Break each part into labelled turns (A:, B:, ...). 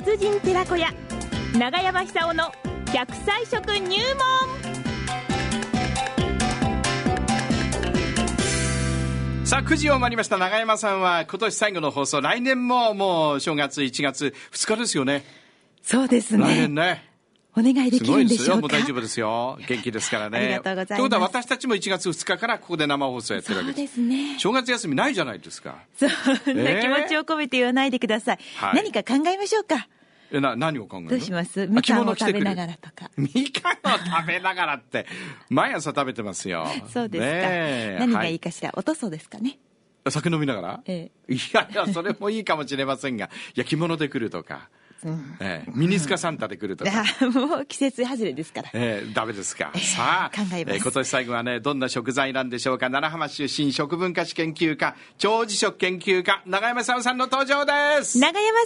A: 風神寺子屋長山久夫の100歳食入門
B: さあ、9時を回りました。永山さんは今年最後の放送、来年ももう正月1月2日ですよね。
C: そうです
B: 来
C: ね
B: 年。ね。
C: お願いですきる
B: ごい
C: ん
B: で
C: ですしょ
B: よ。
C: う
B: もう
C: か。
B: 大丈夫ですよ。元気ですからね。
C: ありがとうございます
B: ということは私たちも1月2日からここで生放送やってるわ
C: そ
B: け
C: う
B: で。
C: ですすね。
B: 正月休みないじゃないですか。
C: そんな気持ちを込めて言わないでください。
B: はい
C: 何か考えましょうか。
B: え、な、何を考えるの
C: どうしますみかんを食べなが。ら
B: あ
C: とか。
B: 着てくれみかんを食べながらって、毎朝食べてますよ。
C: そうですか。
B: ねえ
C: 何がい
B: はい
C: かしら。おとそですかね。
B: 酒飲みながら、
C: え
B: いやいやそれもいいかもしれませんがいや着物で来るとか、ええミニスカサンタで来るとか、
C: あ もう季節外れですから。
B: ええダメですか、
C: ええ
B: さあ
C: 考えます
B: 今年最後はねどんな食材なんでしょうか奈良浜出身食文化史研究家長寿食研究家永山さんさんの登場です
C: 長山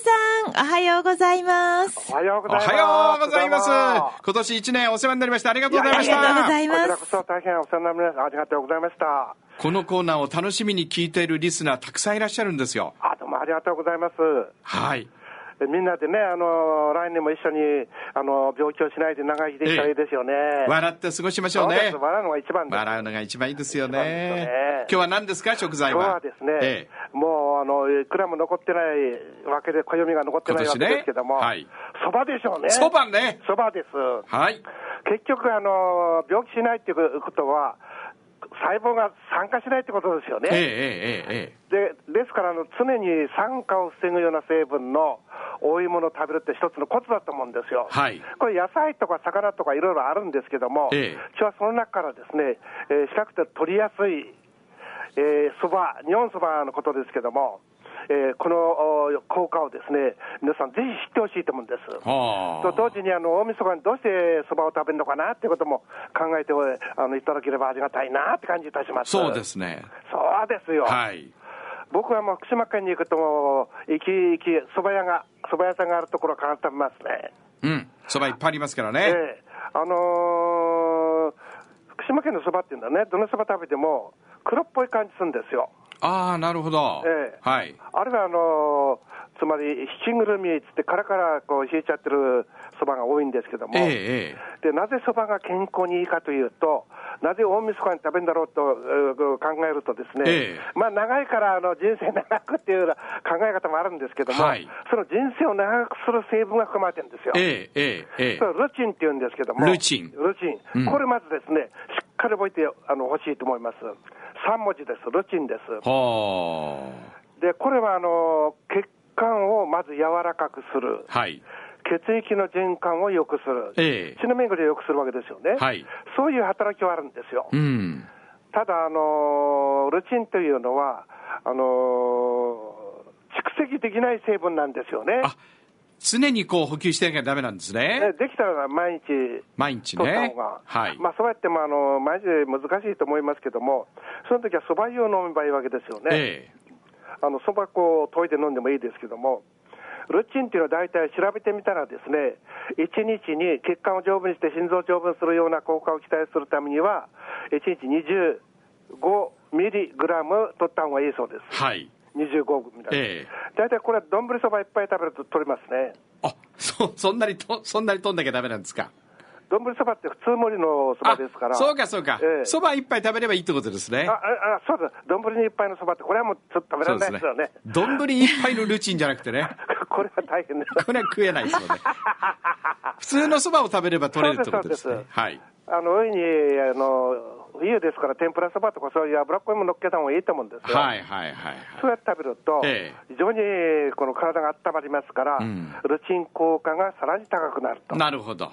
C: さん、おはようございます。
D: おはよう
B: お
D: ございます。
B: はようございます
D: どう
B: 今年一年お世話になりましたありがとうございまし
C: いやありがとうござい
B: た
C: ます
D: もこちらこそ大変お世話になりました。ありがとうございました。
B: このコーナーを楽しみに聞いているリスナーたくさんいらっしゃるんですよ
D: あ、どうもありがとうございます。
B: はい
D: えみんなでね、あの、来年も一緒に、あの、病気をしないで長生きできたらいいですよね。
B: 笑って過ごしましょう
D: そうで
B: ね
D: す。笑うのが一番です。
B: 笑うのが一番いいですよ
D: 一番ですよ
B: ね
D: ね。
B: 今日は何ですか、食材
D: 今日
B: は
D: は。ですね、
B: ええ
D: もうあのいくらも残ってないわけで、暦が残ってないわけ
B: 今年ね
D: ですけども
B: はい、
D: そば、でしょうね、
B: そばね。
D: そばです、
B: はい。
D: 結局あの、病気しないっていうことは、細胞が酸化しないってことですよね。
B: えええええええ
D: でですからあの、常に酸化を防ぐような成分の多いものを食べるって一つのコツだと思うんですよ。
B: はい
D: これ、野菜とか魚とかいろいろあるんですけども、
B: ええ
D: 私はその中からですね、えー比較的取りやすいえーそば、日本そばのことですけども、えーこのお効果をですね、皆さんぜひ知ってほしいと思うんです。
B: え。は
D: と同時にあの大晦日にどうしてそばを食べるのかなっていうことも考えておあのいただければありがたいなって感じいたします。
B: そうで。すね。
D: そうですよ。
B: はい。
D: 僕はもう福島県に行くと、もう行き行き、蕎麦屋が、蕎麦屋さんがあるところを必ず食べますね。
B: うん。そばいっぱいありますから
D: え
B: ね。
D: えあのー福島県の蕎麦っていうのはね、どの蕎麦食べても黒っぽい感じするんですよ。
B: ああ、なるほど。
D: ええ
B: はい。
D: あれはあのーつまり、ひきぐるみっつって、からからこう冷えちゃってる蕎麦が多いんですけども、
B: ええええ。
D: でなぜ蕎麦が健康にいいかというと、なぜ大晦日に食べるんだろうとえー考えると、ですね、
B: ええ
D: まあ長いからあの人生長くっていうような考え方もあるんですけども、
B: はい
D: その人生を長くする成分が含まれてるんですよ。
B: ええええええ
D: それルチンっていうんですけども、
B: ルチン
D: ルチン、これまずですね、しっかり覚えてあのほしいと思います。3文字です、ルチンです。
B: は
D: で、これはあの血管をまず柔らかくする
B: あ。、はい。
D: 血液の循環を良くする、
B: ええ
D: 血の巡りを良くするわけですよね。
B: はい
D: そういう働きはあるんですよ。
B: うん。
D: ただ、あのルチンというのは、あの蓄積できない成分なんですよね。
B: あ、常にこう補給してなきゃダメなんです
D: ね
B: ね。
D: できたら毎日
B: 毎日
D: 取った
B: ね
D: 方が、。
B: はい。
D: まあ、そうやってもあの毎日難しいと思いますけども、その時はそば湯を飲めばいいわけですよね、
B: ええ。
D: あのそば粉を溶いて飲んでもいいですけども、ルチンっていうのは大体調べてみたら、ですね1日に血管を丈夫にして心臓を丈夫にするような効果を期待するためには、1日25ミリグラム取った方がいいそうです、
B: はい。
D: 25ミリ。
B: ええ。
D: 大体これは丼そばいっぱい食べると取れますね。
B: あ、そ、そんなにと、そんなにとんなきゃダメなんですか。
D: 丼そばって普通盛りのそばですから。
B: あそうかそうか
D: ええ
B: そば、一杯食べればいいってことですね
D: あああそうです、丼にいっぱいのそばって、これはもうちょっと食べられないですよね、
B: 丼一杯のルチンじゃなくてね
D: これは大変です。
B: これは食えないですよ ね普通のそばを食べれば取れるってことですね
D: そうです
B: はい
D: あの上にあの冬ですから、天ぷらそばとか、そういう脂っこいもの乗っけた方がいいと思うんですよ。
B: はいはいはい
D: そうやって食べると、
B: ええ
D: 非常にこの体が温まりますから、
B: うん
D: ルチン効果がさらに高くなると、
B: なるほど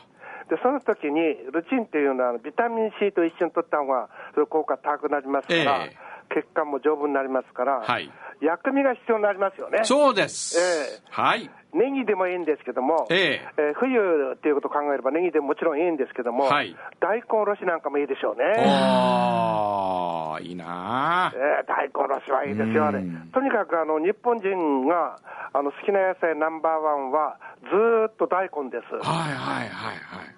D: でその時にルチンっていうのは、あのビタミン C と一緒に取った方が、その効果高くなりますから、
B: え
D: 血管も丈夫になりますから、
B: はい
D: 薬味が必要になりますよね。
B: そうです、
D: ええ
B: はい
D: ネギでもいいんですけども、
B: ええ
D: ー冬っていうことを考えれば、ネギでももちろんいいんですけども、
B: はい
D: 大根おろしなんかもいいでしょうね。
B: おーいいなあ
D: えー大根おろしはいいですよ、あれ。
B: うん
D: とにかくあの日本人があの好きな野菜ナンバーワンは、ずーっと大根です。
B: はいはいはいはい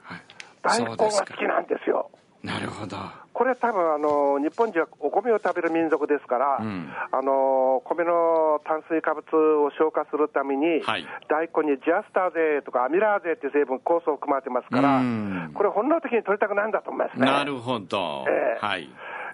B: はい
D: 大根が
B: そうです
D: 好
B: か
D: きなんですよ。
B: なるほど
D: ここれ多分あの日本人はお米を食べる民族ですから、
B: うん
D: あの米の炭水化物を消化するために、
B: はい
D: 大根にジャスターゼとかアミラーゼっていう成分、酵素を含まれてますから、
B: うん
D: これ、本能的に取りたくないんだと思いますね。
B: なるほど、
D: ええ
B: はい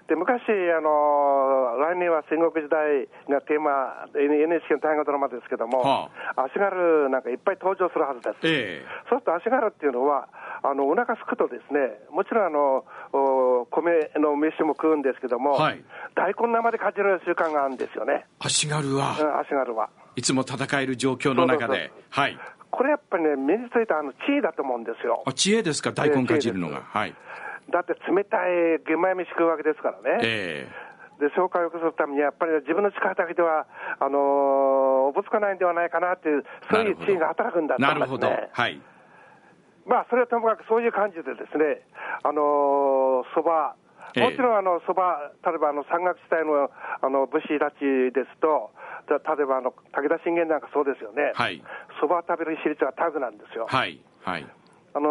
D: で昔、あの来年は戦国時代がテーマ、N- NHK の大河ドラマですけども、
B: は
D: 足軽なんかいっぱい登場するはずです。
B: ええ
D: そうすると足柄っていうのは、あのお腹すくとですね、もちろんあのお米の飯も食うんですけども、
B: はい
D: 大根生でかじる習慣があるんですよね、
B: 足軽
D: うん
B: は
D: 足柄は。
B: いつも戦える状況の中
D: そう
B: で
D: そう
B: はい
D: これやっぱりね、目についたあの地位だと思うんですよ
B: あ。知恵ですか大根かじるの
D: え
B: が
D: え
B: はい
D: だって冷たい玄米飯食うわけですからね。
B: え
D: で、消化を良くするためには、やっぱり自分の力だけでは、あのーおぼつかないんではないかなっていう、
B: え
D: そういう地位が働くんだと
B: な
D: 思
B: る
D: います
B: ほ
D: ね。
B: どはい
D: まあ、それはともかくそういう感じでですね、あのー、そば、
B: ええ
D: もちろんあの、そば、例えばあの、山岳地帯の、あの、武士たちですと、た例えばあの、武田信玄なんかそうですよね。
B: はい
D: そばを食べる比率は高くなんですよ。
B: はいはい
D: あの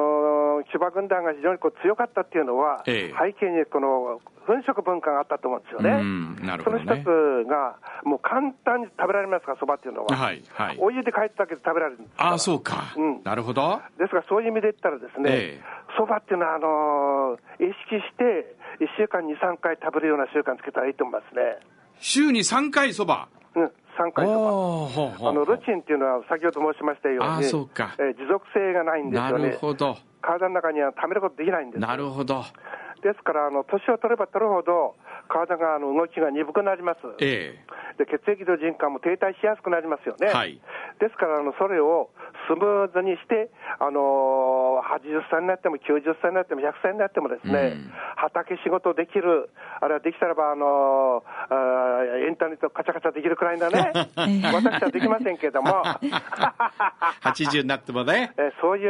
D: ー、千葉軍団が非常にこう強かったっていうのは、
B: ええ
D: 背景にこの、粉食文化があったと思うんですよね。
B: うんなるほどね
D: その一つが、もう簡単に食べられますから、そばっていうのは。
B: はいはい
D: お湯で帰っただけで食べられるんですから
B: ああそうか、
D: うん
B: なるほど
D: ですが、そういう意味で言ったらです
B: え
D: ね
B: え、
D: そ、ば、っていうのは、あのー意識して、1週間に3回食べるような習慣つけたらいいと思いますね。
B: 週に3回そば
D: うん、3
B: お
D: 回とか。
B: おーほうほうほう
D: あの、ルチンっていうのは、先ほど申しましたように、
B: ああそうか
D: えー持続性がないんです
B: な
D: よ
B: る
D: ね。
B: ほど
D: 体の中には溜めることできないんですよ。
B: なるほど
D: ですから、あの、年を取れば取るほど、体が、あの、動きが鈍くなります。
B: ええ
D: で、血液の循環も停滞しやすくなりますよね。
B: はい
D: ですから、あの、それをスムーズにして、あのー80歳になっても90歳になっても100歳になってもですね、
B: うん
D: 畑仕事できる、あるいはできたらば、あのーあーインターネットカチャカチャできるくらいの ね、 私はできませんけども、
B: 80になってもね
D: えーそうい
B: ええ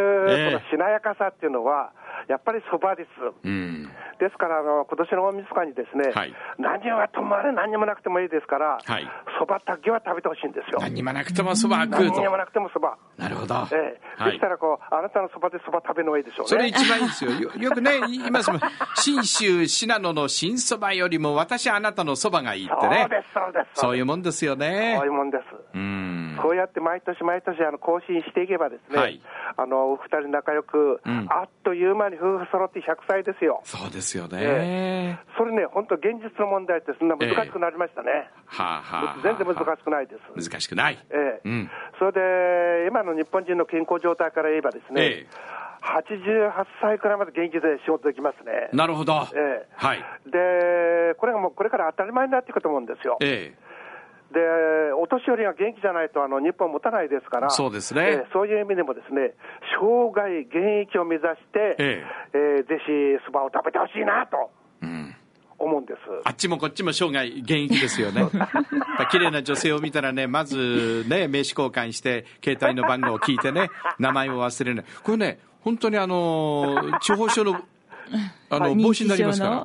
D: う、このしなやかさっていうのは、やっぱりそばです。
B: うん
D: ですから、あの今年の大晦日にですね、
B: はい
D: 何はともあれ何にもなくてもいいですから
B: はい、
D: そばだけは食べてほしいんですよ。
B: 何にもなくてもそば食
D: 何
B: うと
D: にもなくてもそば。
B: なるほど、
D: ええ、
B: は
D: で
B: い
D: きたらこう、あなたのそばでそば食べるのがいいでしょうね。
B: それ一番いいですよ。よよくね、言いますもん。信州信濃の新そばよりも私あなたのそばがいいってね。
D: そうです、そうです。
B: そういう
D: う
B: もんですよ
D: です
B: ね
D: そうい。うもんです。
B: うん。
D: こうやって毎年毎年あの更新していけばですね、
B: はい
D: あの、お二人仲良く、
B: ん
D: あっという間に夫婦揃って100歳ですよ。
B: そうですよね。
D: えそれね、本当現実の問題ってそんな難しくなりましたね。
B: はあ、はあはあ、
D: 全然難しくないです。
B: い。難しくない。
D: ええ
B: うん
D: それで、今の日本人の健康状態から言えばです
B: ええ
D: ね、88歳くらいまで元気で仕事できますね。
B: なるほど。
D: ええ
B: はい。
D: で、これがもうこれから当たり前になっていくと思うんですよ。で、
B: ええ
D: お年寄りが元気じゃないとあの日本持たないですから、
B: そうですね
D: えーそういう意味でもですね、生涯現役を目指して、
B: え
D: えーぜひそばを食べてほしいなと
B: うん。
D: 思うんです。
B: あっちもこっちも生涯現役ですよね。だから綺麗な女性を見たらね、まずね、名刺交換して、携帯の番号を聞いてね、名前を忘れない。これね、本当にあのー地方省の、あの、帽子になりますから。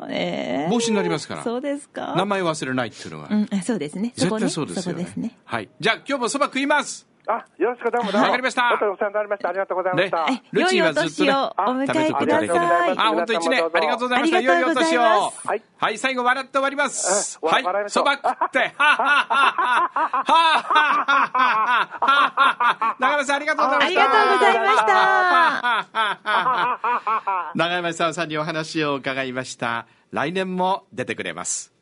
B: 帽子になりますから
C: そうですか
B: 名前忘れないっていうのが、
C: うん、あそうですね。そこ
B: 絶対
C: ね
B: そうですよ
C: そこ
B: ね
C: ですね。
B: はいじゃあ今日もそば食います
D: あ、よろしくどうもどうも。
B: わかりました
D: 本当にお世話になりました。ありがとうございま
B: ね
D: した。
C: い
B: ルチンはずっとね
C: 良いお年をお迎え
B: 食べてくれて
D: ください
B: あ本当一年ありがとうございました
C: ありがとうございます
B: 良いお年を
D: はい
B: はい最後笑って終わります
D: えわ
B: はい
D: 笑いましょ
B: そうば食ってはっはっはっはっはっはっはっはっはっはっは長山さんありがとうございま
C: あ
B: し
C: り
B: た
C: がとうございました。
B: 長山さんさんにお話を伺いました来年も出てくれます